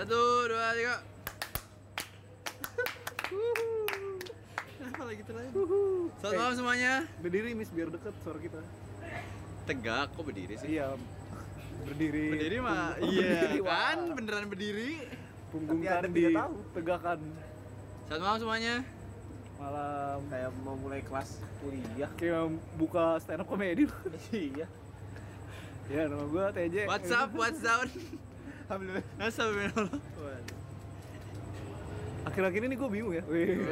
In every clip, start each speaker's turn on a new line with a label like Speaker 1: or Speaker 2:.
Speaker 1: Satu, dua, tiga. Wuhu. Kenapa lagi terlalu? Selamat
Speaker 2: Eh.
Speaker 1: malam semuanya.
Speaker 2: Berdiri Miss biar deket suara kita.
Speaker 1: Tegak, kok berdiri sih?
Speaker 2: Iya. Berdiri.
Speaker 1: Berdiri mah,
Speaker 2: punggung-
Speaker 1: iya
Speaker 2: berdiri, wah.
Speaker 1: kan? Beneran berdiri.
Speaker 2: Punggung
Speaker 3: Tapi Anda
Speaker 2: kan
Speaker 3: tidak
Speaker 2: di
Speaker 3: tahu.
Speaker 2: tegakan
Speaker 1: Selamat malam semuanya.
Speaker 2: malam.
Speaker 3: kayak mau mulai kelas kuliah
Speaker 2: Kayak buka stand up comedy.
Speaker 3: iya
Speaker 2: ya nama gua TJ.
Speaker 1: What's up, what's down?
Speaker 3: alhamdulillah
Speaker 1: Astagfirullah.
Speaker 2: Akhir-akhir ini gua bingung ya. Wih.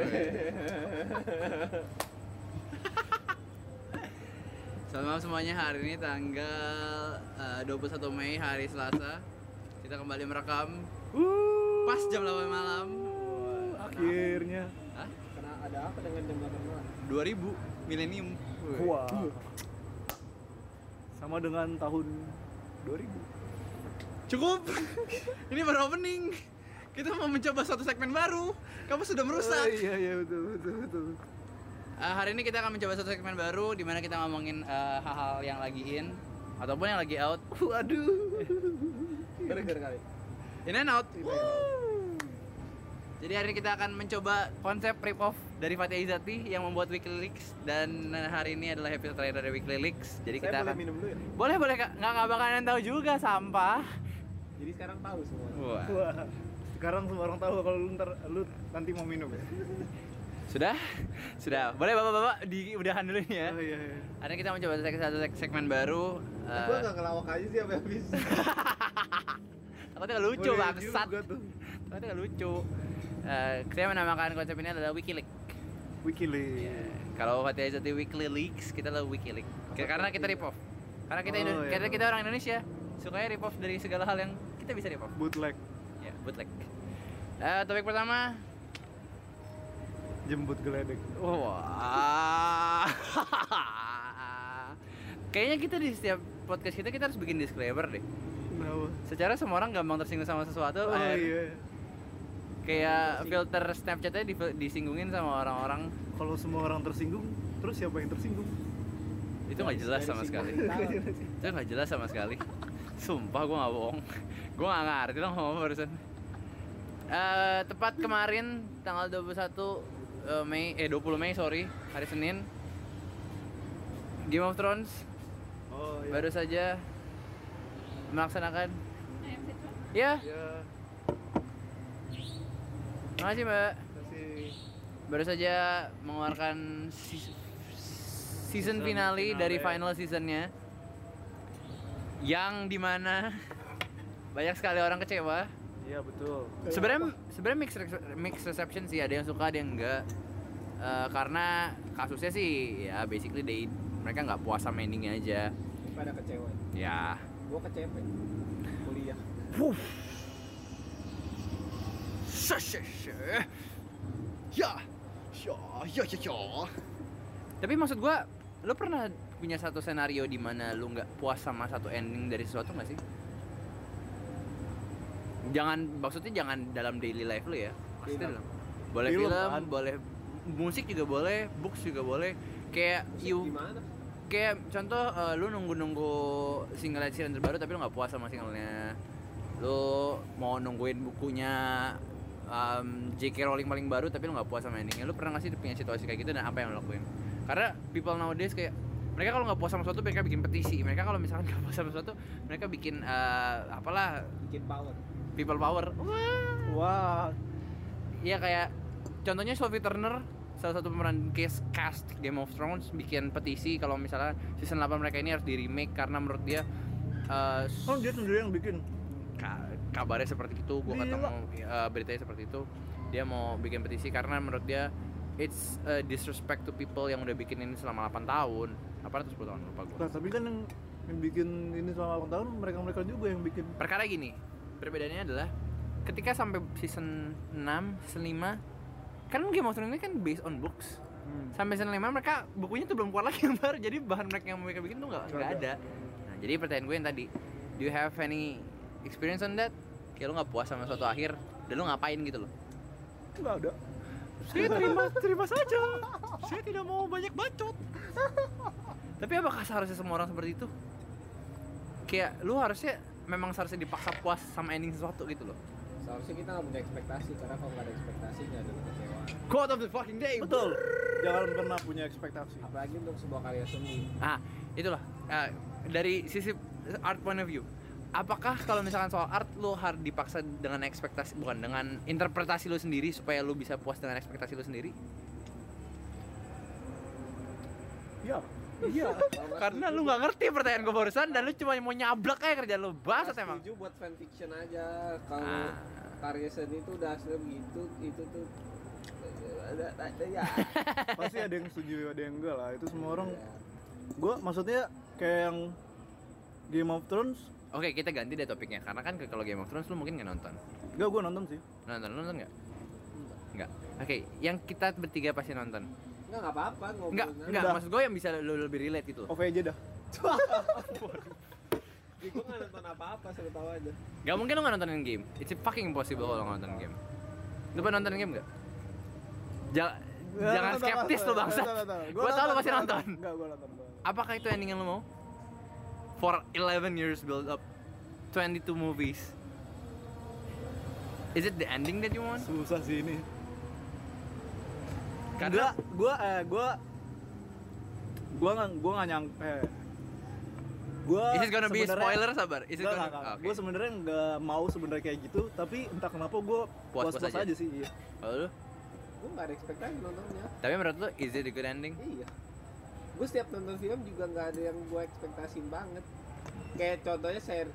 Speaker 1: Selamat malam semuanya. Hari ini tanggal eh, 21 Mei hari Selasa. Kita kembali merekam
Speaker 2: Wuh.
Speaker 1: pas jam 8 malam.
Speaker 2: Akhirnya.
Speaker 1: Hah?
Speaker 3: karena ada apa dengan jam 8 malam
Speaker 1: 2000 milenium.
Speaker 2: Wah. Sama dengan tahun 2000.
Speaker 1: Cukup. Ini baru opening. Kita mau mencoba suatu segmen baru. Kamu sudah
Speaker 2: Oh,
Speaker 1: merusak.
Speaker 2: iya iya betul betul betul.
Speaker 1: Eh, hari ini kita akan mencoba suatu segmen baru di mana kita ngomongin eh, hal-hal yang lagi in ataupun yang lagi out.
Speaker 2: Waduh.
Speaker 3: burger kali
Speaker 1: Eh, In and out. Jadi hari ini kita akan mencoba konsep rip off dari Fatih Aizati yang membuat Weekly Leaks dan hari ini adalah episode terakhir dari Weekly Leaks. Jadi
Speaker 3: saya
Speaker 1: kita
Speaker 3: boleh
Speaker 1: akan
Speaker 3: minum dulu ya
Speaker 1: boleh boleh Kak. nggak nggak bakalan tahu juga sampah.
Speaker 3: jadi sekarang tahu semua
Speaker 1: Wah.
Speaker 2: Wah. Sekarang semua orang tahu kalau lu ntar lu nanti mau minum ya.
Speaker 1: Sudah? Sudah. Boleh Bapak-bapak di udahan dulu nih ya.
Speaker 2: Oh, iya iya.
Speaker 1: Hari ini kita mencoba seg- satu seg- segmen baru. eh,
Speaker 3: gua nggak ngelawak aja sih sampai habis
Speaker 1: Takutnya nggak lucu
Speaker 2: Boleh
Speaker 1: bangsat.
Speaker 2: juga tuh.
Speaker 1: Takutnya nggak lucu. Eh, kita menamakan konsep ini adalah WikiLeaks.
Speaker 2: Wikileaks.
Speaker 1: Kalau Fatih Aizati Weekly Leaks, kita adalah WikiLeaks. K- Karena kita rip off. Karena kita
Speaker 2: Oh,
Speaker 1: Indo-
Speaker 2: iya.
Speaker 1: karena kita orang Indonesia sukanya rip off dari segala hal yang kita bisa rip off.
Speaker 2: Bootleg
Speaker 1: Ya, bootleg. Eh, topik pertama.
Speaker 2: jembut geledek.
Speaker 1: Wah. Kayaknya kita di setiap podcast kita kita harus bikin disclaimer deh.
Speaker 2: Kenapa?
Speaker 1: Secara semua orang gampang tersinggung sama sesuatu.
Speaker 2: Oh
Speaker 1: akhir-
Speaker 2: iya.
Speaker 1: Kayak filter Snapchatnya di, disinggungin sama orang-orang
Speaker 2: Kalau semua orang tersinggung, terus siapa yang tersinggung?
Speaker 1: itu nggak jelas
Speaker 3: Iya, Dari
Speaker 1: sama
Speaker 3: sini
Speaker 1: sekali.
Speaker 3: tahu.
Speaker 1: Itu nggak jelas sama sekali. Sumpah gue nggak bohong. Gue nggak ngerti lo ngomong barusan. Eh, tepat kemarin tanggal 21 eh, Mei eh 20 Mei sorry hari Senin Game of Thrones
Speaker 2: Oh iya.
Speaker 1: baru saja melaksanakan ya
Speaker 2: Iya.
Speaker 1: makasih mbak
Speaker 2: Kasih.
Speaker 1: baru saja mengeluarkan season, season
Speaker 2: Season
Speaker 1: finale,
Speaker 2: finale.
Speaker 1: dari final seasonnya yang dimana banyak sekali orang kecewa
Speaker 2: Iya betul.
Speaker 1: sebenarnya sebenarnya mix mix reception sih ada yang suka ada yang enggak Eh, karena kasusnya sih ya basically they mereka nggak puas sama endingnya aja
Speaker 3: pada kecewa
Speaker 1: ya
Speaker 3: gua kecewa kuliah
Speaker 1: ya ya ya ya ya tapi maksud gua lo pernah punya satu senario di mana lo nggak puas sama satu ending dari sesuatu nggak sih jangan maksudnya jangan dalam daily life lo ya pasti
Speaker 3: Film.
Speaker 1: dalam boleh
Speaker 2: Film,
Speaker 1: film,
Speaker 2: kan?
Speaker 1: boleh musik juga boleh books juga boleh kayak you
Speaker 3: gimana
Speaker 1: kayak contoh eh, lu nunggu-nunggu single Ed Sheeran terbaru tapi lu nggak puas sama singlenya lu mau nungguin bukunya um, J.K. Rowling paling baru tapi lu nggak puas sama endingnya lu pernah nggak sih punya situasi kayak gitu dan apa yang lu lakuin karena people nowadays kayak mereka kalau nggak puas sama sesuatu mereka bikin petisi mereka kalau misalkan nggak puas sama sesuatu mereka bikin eh, apalah
Speaker 3: bikin power
Speaker 1: people power Wah.
Speaker 2: Wah.
Speaker 1: Iya kayak contohnya Sophie Turner salah satu pemeran case cast Game of Thrones bikin petisi kalau misalnya season 8 mereka ini harus di remake karena menurut dia eh, s-
Speaker 2: Kan dia sendiri yang bikin.
Speaker 1: ka- kabarnya seperti itu gue
Speaker 2: Gila.
Speaker 1: ketemu eh, beritanya seperti itu dia mau bikin petisi karena menurut dia it's a disrespect to people yang udah bikin ini selama 8 tahun apa itu 10 tahun lupa gue
Speaker 2: Nah, tapi kan yang yang bikin ini selama 8 tahun mereka-mereka juga yang bikin.
Speaker 1: perkara gini perbedaannya adalah ketika sampai season 6 season 5 kan Game of Thrones ini kan based on books
Speaker 2: Hmm.
Speaker 1: sampai season 5 mereka bukunya tuh belum keluar lagi yang baru jadi bahan mereka yang mereka bikin tuh nggak nggak ada nah jadi pertanyaan gue yang tadi do you have any experience on that kayak lo nggak puas sama suatu akhir dan lo ngapain gitu loh
Speaker 2: Enggak ada.
Speaker 1: saya terima terima saja saya tidak mau banyak bacot tapi apakah seharusnya semua orang seperti itu kayak lu harusnya memang seharusnya dipaksa puas sama ending sesuatu gitu loh
Speaker 3: seharusnya kita nggak punya ekspektasi karena kalau nggak ada ekspektasi nggak ada kecewaan
Speaker 1: Quote of the fucking day.
Speaker 2: Betul. Jangan pernah punya ekspektasi.
Speaker 3: apalagi untuk sebuah karya seni
Speaker 1: Nah, itulah eh, dari sisi art point of view. Apakah kalau misalkan soal art lo harus dipaksa dengan ekspektasi bukan dengan interpretasi lo sendiri supaya lo bisa puas dengan ekspektasi lo sendiri?
Speaker 2: Iya. Iya.
Speaker 3: Kalau nggak
Speaker 1: Karena
Speaker 3: setuju,
Speaker 1: lu nggak ngerti pertanyaan gue barusan dan lu cuma mau nyablak aja kerjaan lu
Speaker 3: nggak
Speaker 1: Bangsat emang.
Speaker 3: setuju buat fanfiction aja kalau
Speaker 1: Ah.
Speaker 3: karya seni itu udah hasilnya begitu itu tuh ada ada ya
Speaker 2: Pasti ada yang setuju, ada yang enggak lah. Itu semua orang. Gua maksudnya kayak yang Game of Thrones,
Speaker 1: Oke, kita ganti deh topiknya karena kan ke- kalau Game of Thrones lu mungkin nggak nonton.
Speaker 2: enggak gua nonton sih.
Speaker 1: Nonton lu nonton nggak? Nggak. Oke, yang kita bertiga pasti nonton.
Speaker 3: nggak nggak apa-apa ngobrol
Speaker 1: Nggak,
Speaker 3: aja.
Speaker 1: nggak.
Speaker 2: Udah.
Speaker 1: Maksud gue yang bisa lu lebih relate gitu loh.
Speaker 2: Oke aja dah.
Speaker 3: Jadi gue Ya, nggak nonton apa-apa seru tahu aja
Speaker 1: Gak mungkin lu nggak nontonin game. It's fucking impossible kalau nggak nonton game. Lu pernah nonton game nggak? Ja- jangan skeptis lu bangsa. Gua tau lu pasti nonton.
Speaker 2: Enggak, gua nonton. gua nonton.
Speaker 1: Apakah itu ending yang lu mau? For 11 years build up 22 movies. Is it the ending that you want?
Speaker 2: Susah sih ini.
Speaker 1: Karena
Speaker 2: Enggak, gua eh gua gua nggak gua nggak nyang eh gua
Speaker 1: Is it gonna be
Speaker 2: sebenarnya-
Speaker 1: spoiler sabar? Is it
Speaker 2: Enggak,
Speaker 1: gonna Ah,
Speaker 2: enggak, enggak.
Speaker 1: Oke.
Speaker 2: Gua sebenarnya nggak mau sebenarnya kayak gitu, tapi entah kenapa gua
Speaker 1: Puas-puas
Speaker 2: puas-puas
Speaker 1: aja.
Speaker 2: aja. sih. Iya.
Speaker 1: Kalau lu?
Speaker 3: gue nggak ada ekspektasi nontonnya
Speaker 1: Tapi menurut lu is it a good ending?
Speaker 3: Iya. Gue setiap nonton film juga nggak ada yang gue ekspektasin banget. Kayak contohnya seri,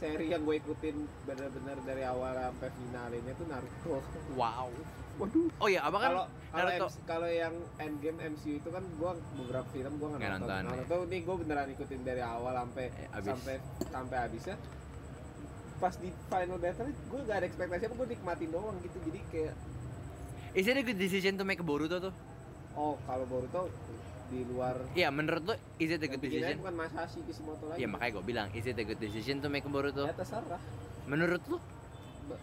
Speaker 3: seri yang gue ikutin bener-bener dari awal sampai finalnya tuh Naruto.
Speaker 1: Wow.
Speaker 3: Waduh.
Speaker 1: Oh iya, apa kan?
Speaker 3: Kalau kalau
Speaker 1: Naruto.
Speaker 3: MC kalau yang Endgame MCU itu kan gue beberapa film gue nggak
Speaker 1: Nggak
Speaker 3: nonton.
Speaker 1: nonton, iya.
Speaker 3: Naruto nih gue beneran ikutin dari awal sampai
Speaker 1: Eh, abis.
Speaker 3: sampai sampai habisnya. Pas di final battle gue nggak ada ekspektasi apa gue nikmatin doang gitu. Jadi kayak
Speaker 1: Is it a good decision to make Boruto tuh?
Speaker 3: oh kalau Boruto di luar
Speaker 1: Iya, menurut lu is it a
Speaker 3: yang kan?
Speaker 1: good
Speaker 3: bikinnya
Speaker 1: decision?
Speaker 3: bukan Masashi Kishimoto lagi.
Speaker 1: Iya, makanya gue bilang is it a good decision to make Boruto?
Speaker 3: Ya terserah.
Speaker 1: Menurut lu?
Speaker 3: Ba-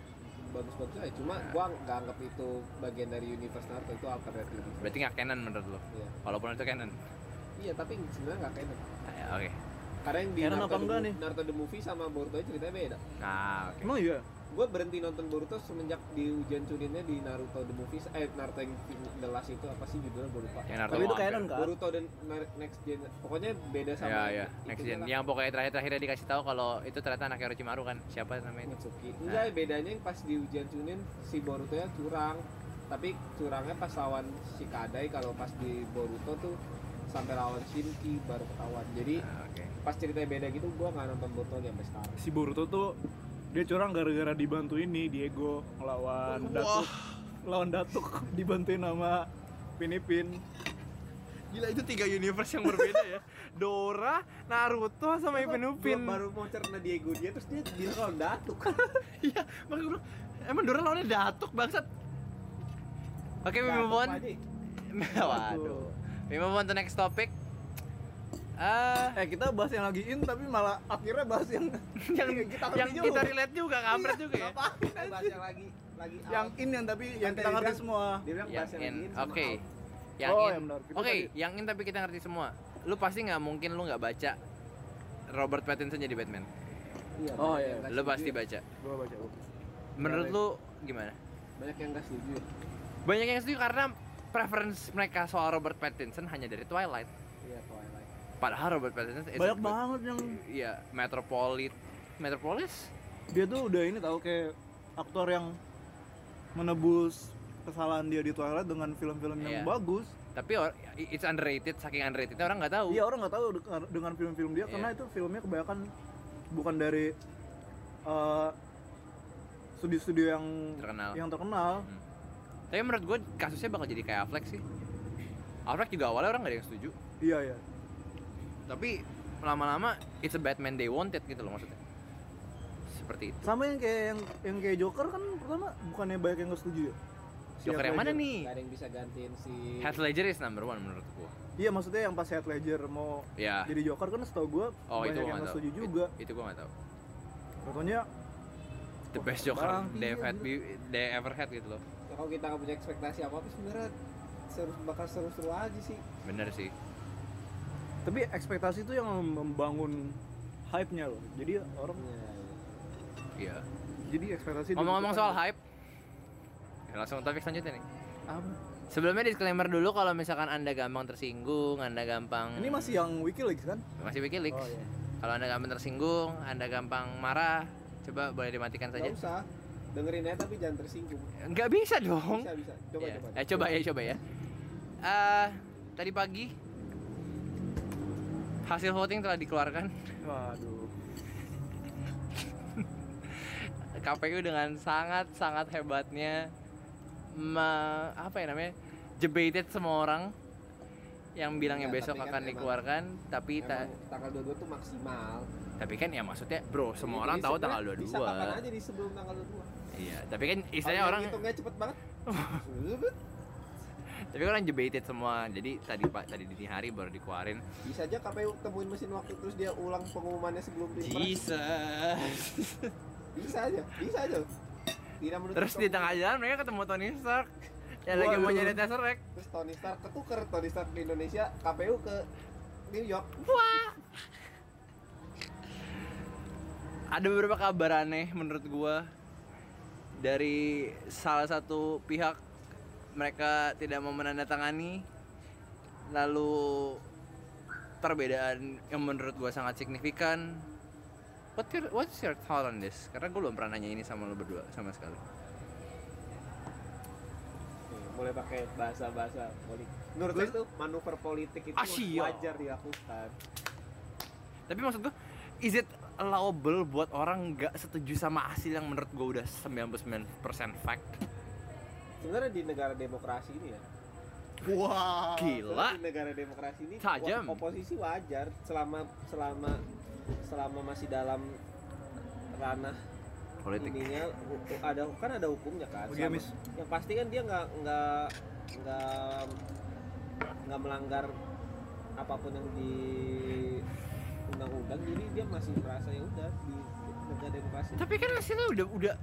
Speaker 3: bagus-bagus aja
Speaker 1: Nah.
Speaker 3: cuma gua nggak anggap itu bagian dari universe Naruto itu alternatif
Speaker 1: Berarti nggak canon menurut lu?
Speaker 3: iya
Speaker 1: Walaupun itu canon.
Speaker 3: iya tapi sebenarnya nggak kayak
Speaker 1: Ah, ya, Oke.
Speaker 3: karena yang di
Speaker 2: Canon
Speaker 3: Naruto,
Speaker 2: apa
Speaker 3: the
Speaker 2: enggak
Speaker 3: Mo-
Speaker 2: nih?
Speaker 3: Naruto the movie sama Boruto ceritanya beda
Speaker 1: Nah, oke.
Speaker 2: Emang iya.
Speaker 3: gua berhenti nonton Boruto semenjak di ujian curinnya di Naruto the movie eh Naruto yang fin- the last itu apa sih judulnya gua lupa
Speaker 1: Yang Naruto
Speaker 2: Tapi itu
Speaker 1: Wampe.
Speaker 2: canon kan?
Speaker 3: Boruto dan Nar- next gen pokoknya beda sama
Speaker 1: Ya, ya.
Speaker 3: itu-
Speaker 1: Next
Speaker 3: itunya
Speaker 1: gen.
Speaker 3: lah.
Speaker 1: Yang pokoknya terakhir-terakhirnya dikasih tahu kalau itu ternyata anak Orochimaru kan. Siapa namanya itu?
Speaker 3: Mitsuki. Enggak, bedanya yang pas di ujian Chunin si Boruto nya curang. Tapi curangnya pas lawan Shikadai kalau pas di Boruto tuh sampai lawan Shinki baru ketahuan. Jadi
Speaker 1: Ah, Oke.
Speaker 3: pas ceritanya beda gitu gua nggak nonton Boruto lagi sampai sekarang.
Speaker 2: Si Boruto tuh dia curang gara-gara dibantu ini Diego lawan Datuk. Lawan Datuk dibantuin sama Pinipin.
Speaker 1: Gila itu tiga universe yang berbeda ya. Dora, Naruto sama
Speaker 3: Gua baru mau cerna Diego dia terus dia bilang lawan Datuk.
Speaker 1: Iya, makanya gue emang Dora lawannya Datuk bangsat. Oke, we move on.
Speaker 3: Datuk, Pak Haji.
Speaker 1: Waduh. We move on to next topic. Ah,
Speaker 2: Eh kita bahas yang lagi in tapi malah akhirnya bahas yang
Speaker 1: yang yang
Speaker 2: ngerti
Speaker 1: kita
Speaker 2: juga.
Speaker 1: relate juga, kampret juga ya.
Speaker 2: Ngapain
Speaker 3: Kita bahas
Speaker 2: aja?
Speaker 3: yang lagi lagi
Speaker 2: yang
Speaker 3: out.
Speaker 2: in yang tapi yang
Speaker 3: Nanti
Speaker 2: kita
Speaker 1: kan?
Speaker 2: ngerti
Speaker 3: dibilang-
Speaker 2: semua.
Speaker 3: dia bilang
Speaker 1: yang
Speaker 3: bahas
Speaker 1: in,
Speaker 3: yang lagi in sama
Speaker 1: oke
Speaker 3: out.
Speaker 1: yang
Speaker 2: Oh,
Speaker 1: in
Speaker 2: yang benar.
Speaker 1: oke
Speaker 2: Itu
Speaker 1: yang in tapi kita ngerti semua lu pasti nggak mungkin lu nggak baca Robert Pattinson jadi Batman
Speaker 3: Iya,
Speaker 2: Oh,
Speaker 3: banyak
Speaker 2: iya.
Speaker 3: yang nggak
Speaker 1: lu pasti
Speaker 3: setuju.
Speaker 1: baca
Speaker 2: Gua baca. gua.
Speaker 1: menurut lu gimana
Speaker 3: banyak yang nggak setuju.
Speaker 1: banyak yang setuju karena preference mereka soal Robert Pattinson hanya dari Twilight
Speaker 3: Iya, Twilight.
Speaker 1: padahal Robert Pattinson is a
Speaker 2: Banyak
Speaker 1: good-
Speaker 2: banget yang
Speaker 1: iya Metropolit Metropolis
Speaker 2: dia tuh udah ini tahu kayak aktor yang menebus kesalahan dia di Twilight dengan film-film
Speaker 1: Iya.
Speaker 2: yang bagus.
Speaker 1: tapi or, it's underrated saking underratednya orang nggak tahu
Speaker 2: Iya orang nggak tahu de- dengan film-film dia
Speaker 1: Iya.
Speaker 2: karena itu filmnya kebanyakan bukan dari eh, studio-studio yang
Speaker 1: Terkenal.
Speaker 2: yang terkenal.
Speaker 1: Hmm. tapi menurut gue kasusnya bakal jadi kayak Affleck sih Affleck juga awalnya orang nggak ada yang setuju
Speaker 2: Iya ya.
Speaker 1: tapi lama-lama it's a Batman they wanted gitu loh maksudnya seperti itu
Speaker 2: Sama yang kayak yang, yang kayak Joker kan pertama bukannya banyak yang nggak setuju ya? Si
Speaker 1: Joker
Speaker 2: Heath
Speaker 1: yang mana
Speaker 2: Ledger.
Speaker 1: nih
Speaker 3: Nggak ada yang bisa gantiin si
Speaker 1: Heath Ledger is number one menurut gua
Speaker 2: Iya maksudnya yang pas Heath Ledger mau
Speaker 1: ya
Speaker 2: jadi Joker kan setahu gue
Speaker 1: oh itu gua
Speaker 2: banyak yang
Speaker 1: nggak
Speaker 2: nggak
Speaker 1: tahu
Speaker 2: setuju
Speaker 1: It-
Speaker 2: juga.
Speaker 1: itu gua nggak tahu
Speaker 2: Contohnya
Speaker 1: the
Speaker 2: Wah,
Speaker 1: best Joker
Speaker 2: bang,
Speaker 1: they
Speaker 2: iya,
Speaker 1: ever had they ever had gitu loh
Speaker 3: Ya, kalau kita nggak punya ekspektasi apa apa sebenarnya seru bakal seru-seru aja sih
Speaker 1: bener sih
Speaker 2: tapi ekspektasi Iya, itu yang membangun hype-nya loh. Jadi orang
Speaker 1: iya
Speaker 2: jadi ekspektasi
Speaker 1: Ngomong-ngomong soal
Speaker 2: high
Speaker 1: hype, ya langsung topik selanjutnya nih. Sebelumnya disclaimer dulu kalau misalkan anda gampang tersinggung, anda gampang
Speaker 4: Ini
Speaker 3: ya?
Speaker 4: masih yang Wikileaks kan?
Speaker 1: masih Wikileaks.
Speaker 4: Oh, iya.
Speaker 1: Kalau anda gampang tersinggung, anda gampang marah, coba boleh dimatikan
Speaker 3: Gak
Speaker 1: saja.
Speaker 3: usah. Dengerin aja tapi jangan tersinggung.
Speaker 1: Nggak bisa dong.
Speaker 3: Bisa bisa. Coba
Speaker 1: ya.
Speaker 3: coba.
Speaker 1: Eh, coba ya, coba ya. Eh, tadi pagi hasil voting telah dikeluarkan
Speaker 2: waduh
Speaker 1: KPU dengan sangat-sangat hebatnya me- apa ya namanya jebated semua orang yang bilangnya
Speaker 3: Ya,
Speaker 1: besok
Speaker 3: tapi kan
Speaker 1: akan
Speaker 3: emang-
Speaker 1: dikeluarkan tapi tak
Speaker 3: Emang tanggal 22 tuh maksimal.
Speaker 1: tapi kan ya maksudnya bro semua
Speaker 3: Jadi
Speaker 1: orang tahu
Speaker 3: sebenarnya
Speaker 1: tanggal
Speaker 3: Bisa
Speaker 1: 22
Speaker 3: kapan aja gitu. di sebelum tanggal 22.
Speaker 1: iya tapi kan istilahnya
Speaker 3: Kalau
Speaker 1: orang
Speaker 3: hitungnya cepet banget.
Speaker 1: tapi orang jebated semua jadi tadi pak tadi dini hari baru dikeluarin
Speaker 3: Bisa aja KPU temuin mesin waktu terus dia ulang pengumumannya sebelum pilpres.
Speaker 1: Jesus
Speaker 3: Bisa aja, bisa aja. Tidak menutup
Speaker 1: terus di
Speaker 3: kemungkinan.
Speaker 1: tengah jalan mereka ketemu Tony Stark yang lagi mau
Speaker 2: Waduh.
Speaker 1: jadi Tesseract
Speaker 3: Terus Tony Stark ketuker Tony Stark di Indonesia, KPU ke New York.
Speaker 1: ada beberapa kabar aneh menurut gua dari salah satu pihak mereka tidak mau menandatangani lalu perbedaan yang menurut gua sangat signifikan What your, what's your thought on this? Karena gua belum pernah nanya ini sama lo berdua sama sekali.
Speaker 3: Nih, mulai pakai bahasa-bahasa politik. Menurut
Speaker 1: Gua-
Speaker 3: saya itu manuver politik itu
Speaker 1: Asyik.
Speaker 3: wajar dilakukan.
Speaker 1: Tapi maksud gua, is it allowable buat orang nggak setuju sama hasil yang menurut gua udah 99% fact?
Speaker 3: Sebenarnya di negara demokrasi ini ya.
Speaker 4: Wah.
Speaker 1: Gila.
Speaker 3: sebenarnya Di negara demokrasi ini
Speaker 1: Tajam.
Speaker 3: wa- oposisi wajar selama selama selama masih dalam ranah
Speaker 1: Politik.
Speaker 3: ininya hu- hu- ada kan ada hukumnya kan.
Speaker 2: Bagi Amis.
Speaker 3: yang pasti kan dia nggak nggak nggak nggak melanggar apapun yang di undang-undang jadi dia masih merasa ya udah di negara demokrasi
Speaker 1: Tapi kan hasilnya udah udah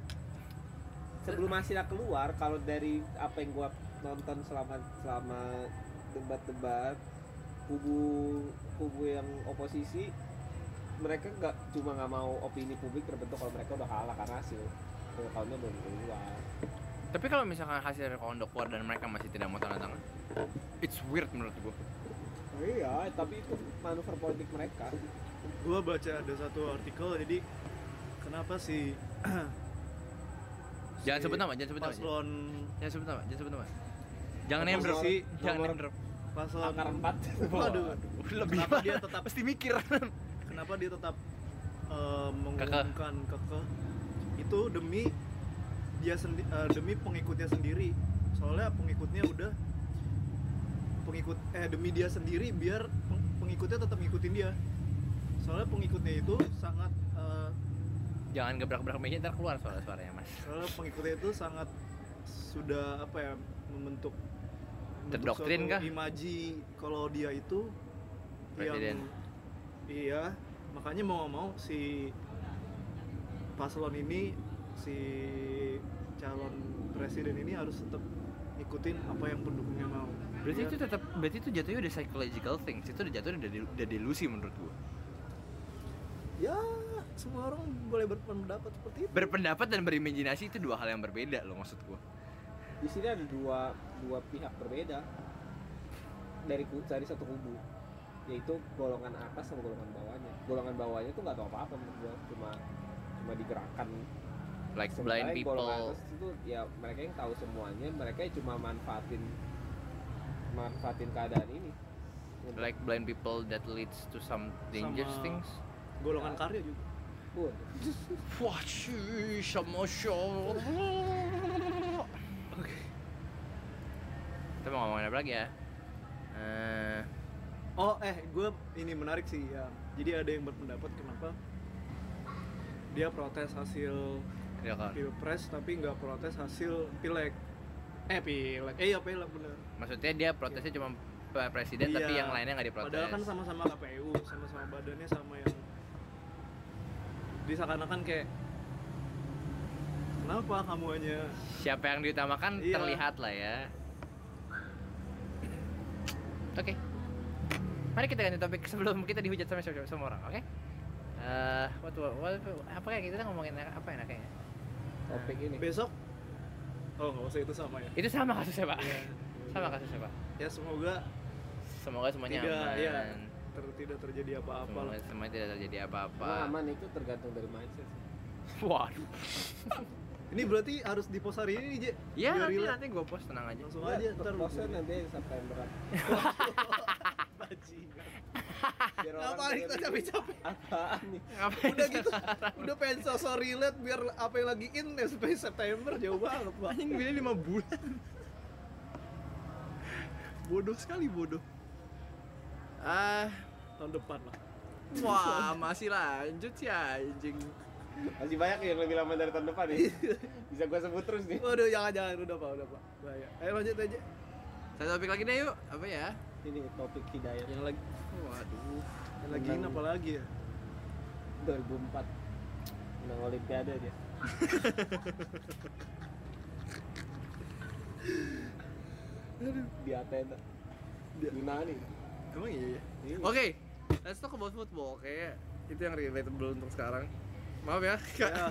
Speaker 3: sebelum hasilnya keluar kalau dari apa yang gua nonton selama selama debat-debat kubu kubu yang oposisi mereka nggak cuma nggak mau opini publik terbentuk kalau mereka udah kalah karena hasil akunnya belum keluar
Speaker 1: Tapi kalau misalkan hasil rekomendasi keluar dan mereka masih tidak mau tanda tangan, it's weird menurut gua.
Speaker 3: iya tapi itu manuver politik mereka
Speaker 2: gua baca ada satu artikel jadi kenapa si
Speaker 1: Jangan
Speaker 2: si
Speaker 1: sebut nama, jangan sebut nama.
Speaker 2: paslon
Speaker 1: Jangan sebut nama, jangan sebut nama. Jangan
Speaker 2: Nomor-
Speaker 1: name drop sih,
Speaker 2: nomor-
Speaker 1: jangan name drop.
Speaker 2: paslon
Speaker 3: akar empat
Speaker 2: Waduh.
Speaker 1: Lebih
Speaker 2: Kenapa
Speaker 1: dia
Speaker 2: dia
Speaker 1: tetap
Speaker 2: tetap-
Speaker 1: pasti mikir.
Speaker 2: kenapa dia tetap eh, mengumumkan kekeh itu demi dia sendi- eh, demi pengikutnya sendiri soalnya pengikutnya udah pengikut eh demi dia sendiri biar peng- pengikutnya tetap ngikutin dia soalnya pengikutnya itu sangat eh,
Speaker 1: jangan gebrak-gebrak meja ntar keluar suara-suaranya, Mas.
Speaker 2: soalnya Eh, pengikutnya itu sangat sudah apa ya membentuk membentuk
Speaker 1: Terdoktrin
Speaker 2: suatu
Speaker 1: kah?
Speaker 2: imaji kalau dia itu
Speaker 1: Presiden.
Speaker 2: yang iya makanya mau nggak mau si paslon ini si calon presiden ini harus tetap ikutin apa yang pendukungnya mau
Speaker 1: Berarti
Speaker 2: Iya.
Speaker 1: itu tetap berarti itu jatuhnya udah psychological things. Itu udah jatuhnya udah, del- udah delusi menurut gua.
Speaker 2: ya semua orang boleh berpendapat seperti itu
Speaker 1: Berpendapat dan berimajinasi itu dua hal yang berbeda loh maksud gua.
Speaker 3: di sini ada dua dua pihak berbeda dari ku- dari satu kubu yaitu golongan atas sama golongan bawahnya golongan bawahnya tuh nggak tahu apa apa menurut gua cuma cuma digerakkan
Speaker 1: Like blind
Speaker 3: Sementara yang golongan
Speaker 1: people.
Speaker 3: atas itu ya mereka yang tahu semuanya mereka cuma manfaatin manfaatin keadaan ini
Speaker 1: Like blind people that leads to some dangerous
Speaker 2: Sama-
Speaker 1: things.
Speaker 2: golongan karya juga
Speaker 3: Waduh.
Speaker 1: Wah, shush, sama show. Kita mau ngomongin apa lagi ya? Eh,
Speaker 2: Oh eh gue ini menarik sih ya. Jadi ada yang berpendapat kenapa dia protes hasil
Speaker 1: ya kan.
Speaker 2: pilpres tapi nggak protes hasil pileg. Eh pileg. Eh iya pileg bener.
Speaker 1: Maksudnya dia protesnya cuma pe- presiden tapi
Speaker 2: Iya.
Speaker 1: yang lainnya nggak diprotes.
Speaker 2: Padahal kan sama-sama KPU, sama-sama badannya sama yang disakanakan kayak kenapa kamu hanya
Speaker 1: Siapa yang diutamakan
Speaker 2: Iya.
Speaker 1: terlihat lah ya. Oke. Mari kita ganti topik sebelum kita dihujat sama sama, sama orang, oke? Eh, what, what, what- gitu apa kayak kita ngomongin apa enaknya?
Speaker 3: topik ini
Speaker 2: besok oh nggak usah itu sama ya
Speaker 1: Itu sama kasusnya pak.
Speaker 2: ya,
Speaker 1: Sama kasusnya pak.
Speaker 2: ya semoga
Speaker 1: Semoga semuanya
Speaker 2: Tidak,
Speaker 1: aman.
Speaker 2: iya. ter- tidak terjadi apa-apa
Speaker 1: Semoga
Speaker 2: lah
Speaker 1: semuanya tidak terjadi apa-apa.
Speaker 3: Cuma aman itu tergantung dari mindset sih.
Speaker 1: Waduh.
Speaker 2: ini berarti harus di pos hari ini Je
Speaker 1: Ya
Speaker 2: Biar
Speaker 1: nanti
Speaker 2: relate.
Speaker 1: nanti gue post tenang aja.
Speaker 2: langsung aja
Speaker 3: Nggak,
Speaker 2: ntar lu
Speaker 3: posnya Iya, nanti September
Speaker 2: Bajingan.
Speaker 3: biar orang
Speaker 2: ngapain kita
Speaker 3: pikir,
Speaker 2: capek-capek
Speaker 3: apaan nih
Speaker 1: Ngapain?
Speaker 2: udah gitu udah pengen sosok relate biar apa yang lagi in ya, sampai September jauh banget pak
Speaker 1: Anjing beda lima bulan.
Speaker 2: bodoh sekali bodoh
Speaker 1: Ah,
Speaker 2: tahun depan lah
Speaker 1: wah masih lanjut sih anjing.
Speaker 3: masih banyak yang lebih lama dari tahun depan nih bisa gua sebut terus nih
Speaker 2: waduh jangan jangan udah pak udah pak bahaya ayo lanjut aja
Speaker 1: Satu topik lagi deh yuk. Apa ya?
Speaker 3: ini topik hidayah
Speaker 2: yang lagi
Speaker 1: Waduh.
Speaker 2: yang lagi in apa lagi ya
Speaker 3: 2004 menang olimpiade dia di Athena di Yunani
Speaker 2: emang iya ya
Speaker 3: Ini
Speaker 1: Oke, let's talk about football. Kayak itu yang relatable untuk sekarang. Maaf ya.
Speaker 2: ya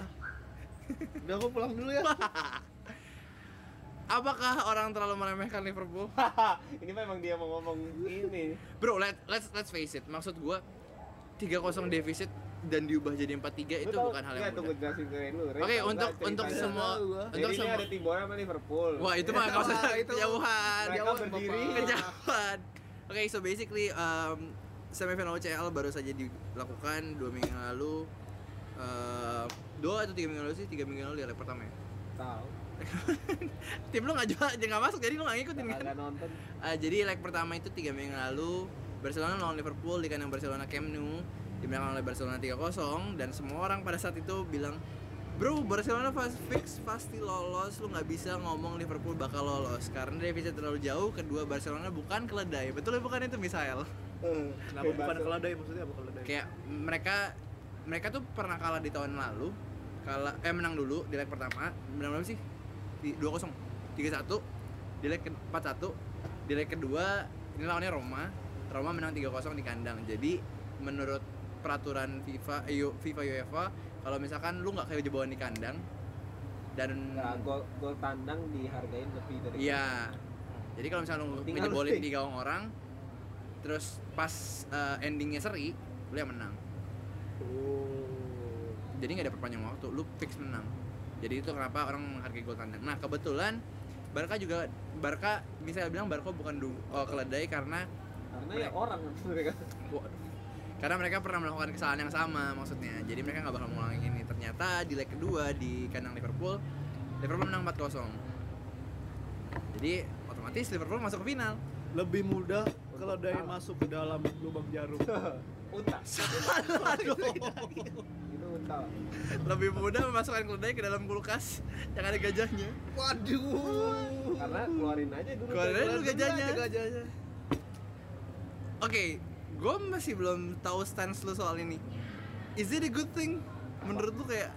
Speaker 2: udah aku pulang dulu ya
Speaker 1: Apakah orang terlalu meremehkan Liverpool?
Speaker 3: ini memang dia mau ngomong ini
Speaker 1: Bro, let, let's let's face it. Maksud gua 3-0 defisit dan diubah jadi 4-3
Speaker 3: Lu
Speaker 1: itu
Speaker 3: tahu-
Speaker 1: bukan hal yang
Speaker 3: nggak, tunggu
Speaker 1: mudah.
Speaker 3: jelasin ke Ray dulu Ray
Speaker 1: Oke,
Speaker 3: tahu
Speaker 1: untuk
Speaker 3: nggak
Speaker 1: untuk
Speaker 3: ceritanya?
Speaker 1: semua
Speaker 2: Tahu gua.
Speaker 1: untuk
Speaker 3: jadi ini
Speaker 1: semua.
Speaker 3: ada Tibor sama Liverpool Iya.
Speaker 1: Wah, itu mah kau
Speaker 2: Wah, itu-
Speaker 1: kejauhan.
Speaker 3: mereka
Speaker 2: jauh,
Speaker 3: berdiri
Speaker 2: Bapak.
Speaker 1: Kejauhan. Oke, so basically um, semifinal UCL baru saja dilakukan dua minggu lalu. Eh, dua atau tiga minggu lalu sih tiga minggu lalu di leg pertama ya.
Speaker 3: tahu
Speaker 1: tim lu nggak jual nggak masuk jadi lu nggak ngikutin kan
Speaker 3: nggak nonton
Speaker 1: Eh, jadi leg pertama itu tiga minggu lalu Barcelona lawan Liverpool di kandang Barcelona Camp Nou dimenangkan oleh Barcelona 3-0 dan semua orang pada saat itu bilang Bro, Barcelona fast fix pasti lolos. Lu nggak bisa ngomong Liverpool bakal lolos karena defisit terlalu jauh. Kedua Barcelona bukan keledai. Betul ya bukan itu Misael? Eh,
Speaker 2: kenapa bukan keledai maksudnya apa keledai
Speaker 1: Kayak mereka mereka tuh pernah kalah di tahun lalu. Kalah eh menang dulu di leg pertama. Menang berapa sih? Di 2-0, 3-1. Di leg ke- 4-1. Di leg kedua ini lawannya Roma. Roma menang 3-0 di kandang. Jadi menurut peraturan FIFA eh, U- FIFA UEFA kalau misalkan lu nggak kayak jebolan di kandang dan
Speaker 3: nggak gol gol tandang dihargain lebih dari
Speaker 1: Iya. Jadi kalau misalnya lu
Speaker 3: Tinggal
Speaker 1: ngejebolin
Speaker 3: stick.
Speaker 1: di gawang orang, terus pas uh, endingnya seri, lu yang menang.
Speaker 3: oh
Speaker 1: Jadi nggak ada perpanjang waktu, lu fix menang. Jadi itu kenapa orang menghargai gol tandang. Nah kebetulan Barca juga Barca misalnya bilang Barca bukan du, oh, keledai karena
Speaker 3: karena ya orang mereka
Speaker 1: Waduh. Karena mereka pernah melakukan kesalahan yang sama maksudnya. Jadi mereka nggak bakal mengulangi ini. Ternyata di leg kedua di kandang Liverpool, Liverpool menang 4-0. Jadi otomatis Liverpool masuk ke final.
Speaker 2: lebih mudah keledai masuk ke dalam lubang jarum
Speaker 3: unta
Speaker 1: Salah
Speaker 3: itu unta
Speaker 1: Lebih mudah memasukkan keledai ke dalam kulkas yang ada gajahnya.
Speaker 2: waduh
Speaker 3: karena keluarin aja dulu
Speaker 1: Keluarin aja.
Speaker 2: Keluar dulu
Speaker 1: gajahnya.
Speaker 2: aja Iya, gajahnya
Speaker 1: Oke, gue masih belum tahu stance lu soal ini. Is it a good thing? Menurut lu kayak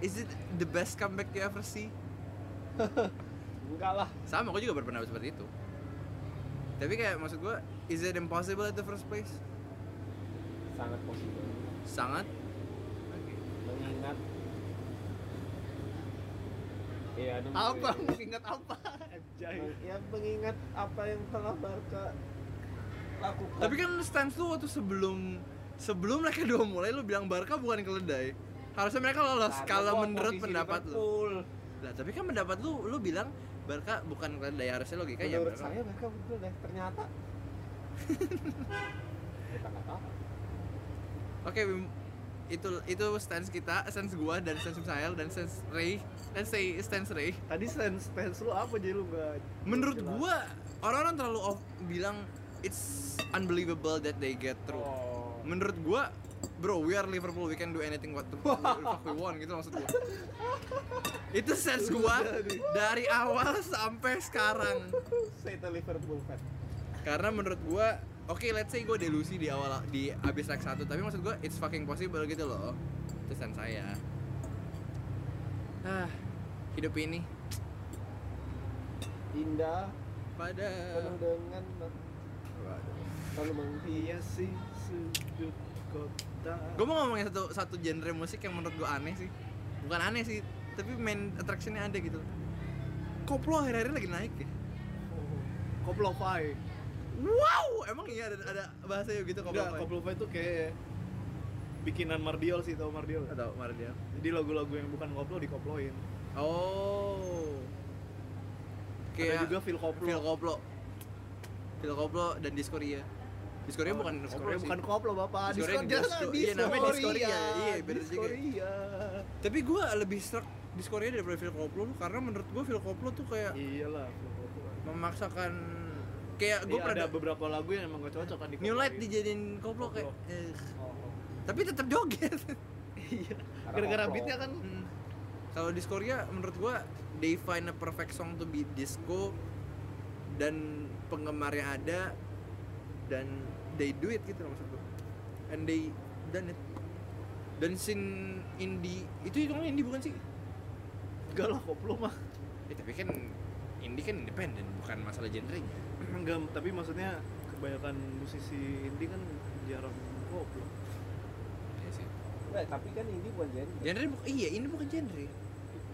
Speaker 1: Is it the best comeback you ever see?
Speaker 3: enggak lah
Speaker 1: Sama, gue juga berpendapat seperti itu. Tapi kayak maksud gue, is it impossible at the first place?
Speaker 3: sangat possible
Speaker 1: Sangat.
Speaker 3: mengingat ya aduh,
Speaker 2: apa
Speaker 3: mengingat-
Speaker 2: ingat apa Anjay.
Speaker 3: ya mengingat apa yang telah Barca lakukan
Speaker 1: Tapi kan stance lu waktu sebelum sebelum mereka dua mulai lu bilang Barca bukan keledai. Harusnya mereka lolos
Speaker 3: Karena
Speaker 1: kalau
Speaker 3: gua
Speaker 1: menurut
Speaker 3: posisi
Speaker 1: pendapat lu.
Speaker 3: Liverpool.
Speaker 1: Lah, tapi kan pendapat lu lu bilang Barca bukan keledai harusnya logika ya.
Speaker 3: menurut
Speaker 1: Barca.
Speaker 3: saya Barca betul deh ternyata kita nggak tahu
Speaker 1: Oke, Wim. itu itu stance kita, stance gua dan stance Misael dan stance Ray. Let's say stance Ray.
Speaker 2: tadi stance stance lu apa jadi lu nggak
Speaker 1: Menurut
Speaker 2: jelas.
Speaker 1: gua orang-orang terlalu off, bilang it's unbelievable that they get through.
Speaker 2: oh.
Speaker 1: Menurut gua Bro, we are Liverpool, we can do anything what the fuck we want gitu maksud gua. Itu sense gua dari awal sampai sekarang.
Speaker 3: saya itu Liverpool fan
Speaker 1: Karena menurut gua, oke let's say gua delusi di awal di abis leg 1, tapi maksud gua it's fucking possible gitu loh. Itu sense saya. Ah, hidup ini
Speaker 3: indah
Speaker 1: pada
Speaker 3: penuh dengan selalu menghias
Speaker 2: iya sih sudut kota
Speaker 1: Gue mau ngomongin satu satu genre musik yang menurut gue aneh sih. Bukan aneh sih, itu tapi main attractionnya ada gitu koplo akhir-akhir lagi naik ya
Speaker 2: Koplovai.
Speaker 1: wow emang iya ada ada bahasanya gitu koplo
Speaker 2: Enggak, Koplovai itu kayak bikinan Mardiol sih, tau Mardiol?
Speaker 1: atau kemarin dia
Speaker 2: Jadi lagu-lagu yang bukan koplo dikoploin.
Speaker 1: oh
Speaker 2: Ada juga feel koplo.
Speaker 1: Phil koplo Phil koplo dan Discoria Discoria bukan
Speaker 2: Discord
Speaker 1: koplo sih.
Speaker 2: bukan Oh, koplo, Bapak.
Speaker 1: Discord
Speaker 2: Discord
Speaker 1: yang
Speaker 2: dia
Speaker 1: Discord. Iya, namanya Discord, iya. Iya, bener juga.
Speaker 2: Discoria.
Speaker 1: tapi gue lebih struck Discoria daripada Phil koplo karena menurut gue Phil koplo tuh kayak
Speaker 2: Iyalah, feel koplo.
Speaker 1: memaksakan kayak gue
Speaker 2: Iya,
Speaker 1: pernah
Speaker 2: ada beberapa lagu yang emang gak cocok kan di Oh,
Speaker 1: New Light
Speaker 2: koploin.
Speaker 1: dijadiin koplo kayak
Speaker 2: Koplo.
Speaker 1: eh, tapi tetap joget
Speaker 2: Iya. Gara-gara
Speaker 3: koplo.
Speaker 2: beatnya kan
Speaker 1: Mm. kalau di Korea menurut gua they find a perfect song to be disco dan penggemarnya ada dan they do it gitu loh maksud gua and they done it dan scene indie itu hitungnya indie bukan sih
Speaker 2: enggak lah koplo mah.
Speaker 5: Eh, tapi kan indie kan independen, bukan masalah genre.
Speaker 2: Enggak, tapi maksudnya kebanyakan musisi indie kan jarang koplo.
Speaker 3: Nggak, tapi kan ini bukan genre.
Speaker 1: Iya genre bu- iya ini bukan genre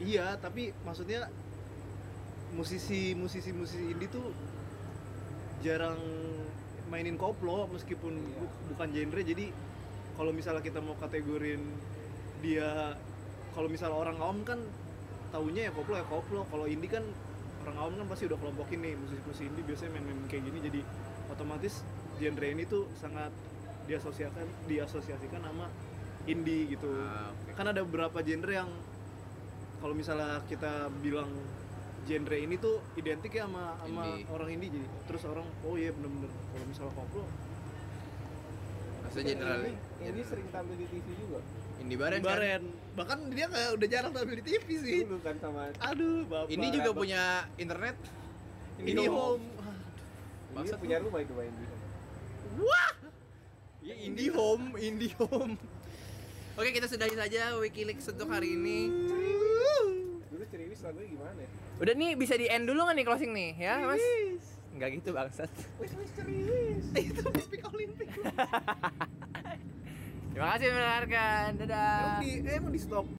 Speaker 2: Iya, tapi maksudnya musisi musisi musisi indie tuh jarang mainin koplo meskipun
Speaker 3: Iya.
Speaker 2: bu- bukan genre. Jadi kalau misalnya kita mau kategorin dia kalau misalnya orang awam kan taunya ya koplo ya koplo. Kalau indie kan orang awam kan pasti udah kelompokin nih musisi-musisi indie biasanya main-main kayak gini jadi otomatis genre ini tuh sangat diasosiasikan diasosiasikan sama indie gitu kan ada beberapa genre yang kalau misalnya kita bilang genre ini tuh identik ya sama sama
Speaker 5: Indie.
Speaker 2: orang indie jadi terus orang oh iya bener-bener kalau misalnya koplo
Speaker 5: Maksudnya general
Speaker 3: Ini, ini sering tampil di TV juga.
Speaker 5: indie bareng. kan?
Speaker 2: baren bahkan dia nggak udah jarang tampil di TV sih
Speaker 3: Dulu kan sama
Speaker 2: aduh bapak
Speaker 5: Indie juga punya internet.
Speaker 2: ini home
Speaker 3: ini
Speaker 5: Maksud
Speaker 3: punya rumah itu Mbak Indi.
Speaker 1: Iya, indie home indie home oke kita sudahi saja Wikileaks untuk hari ini
Speaker 3: Dulu ceriwis lagunya gimana? ya?
Speaker 5: Udah nih bisa di end dulu nggak nih closing nih ya mas? Nggak gitu bangsat.
Speaker 3: Wis wis ceriwis.
Speaker 2: itu topik olimpik
Speaker 5: Terima kasih mendengarkan. Dadah.
Speaker 2: emang di emang di stop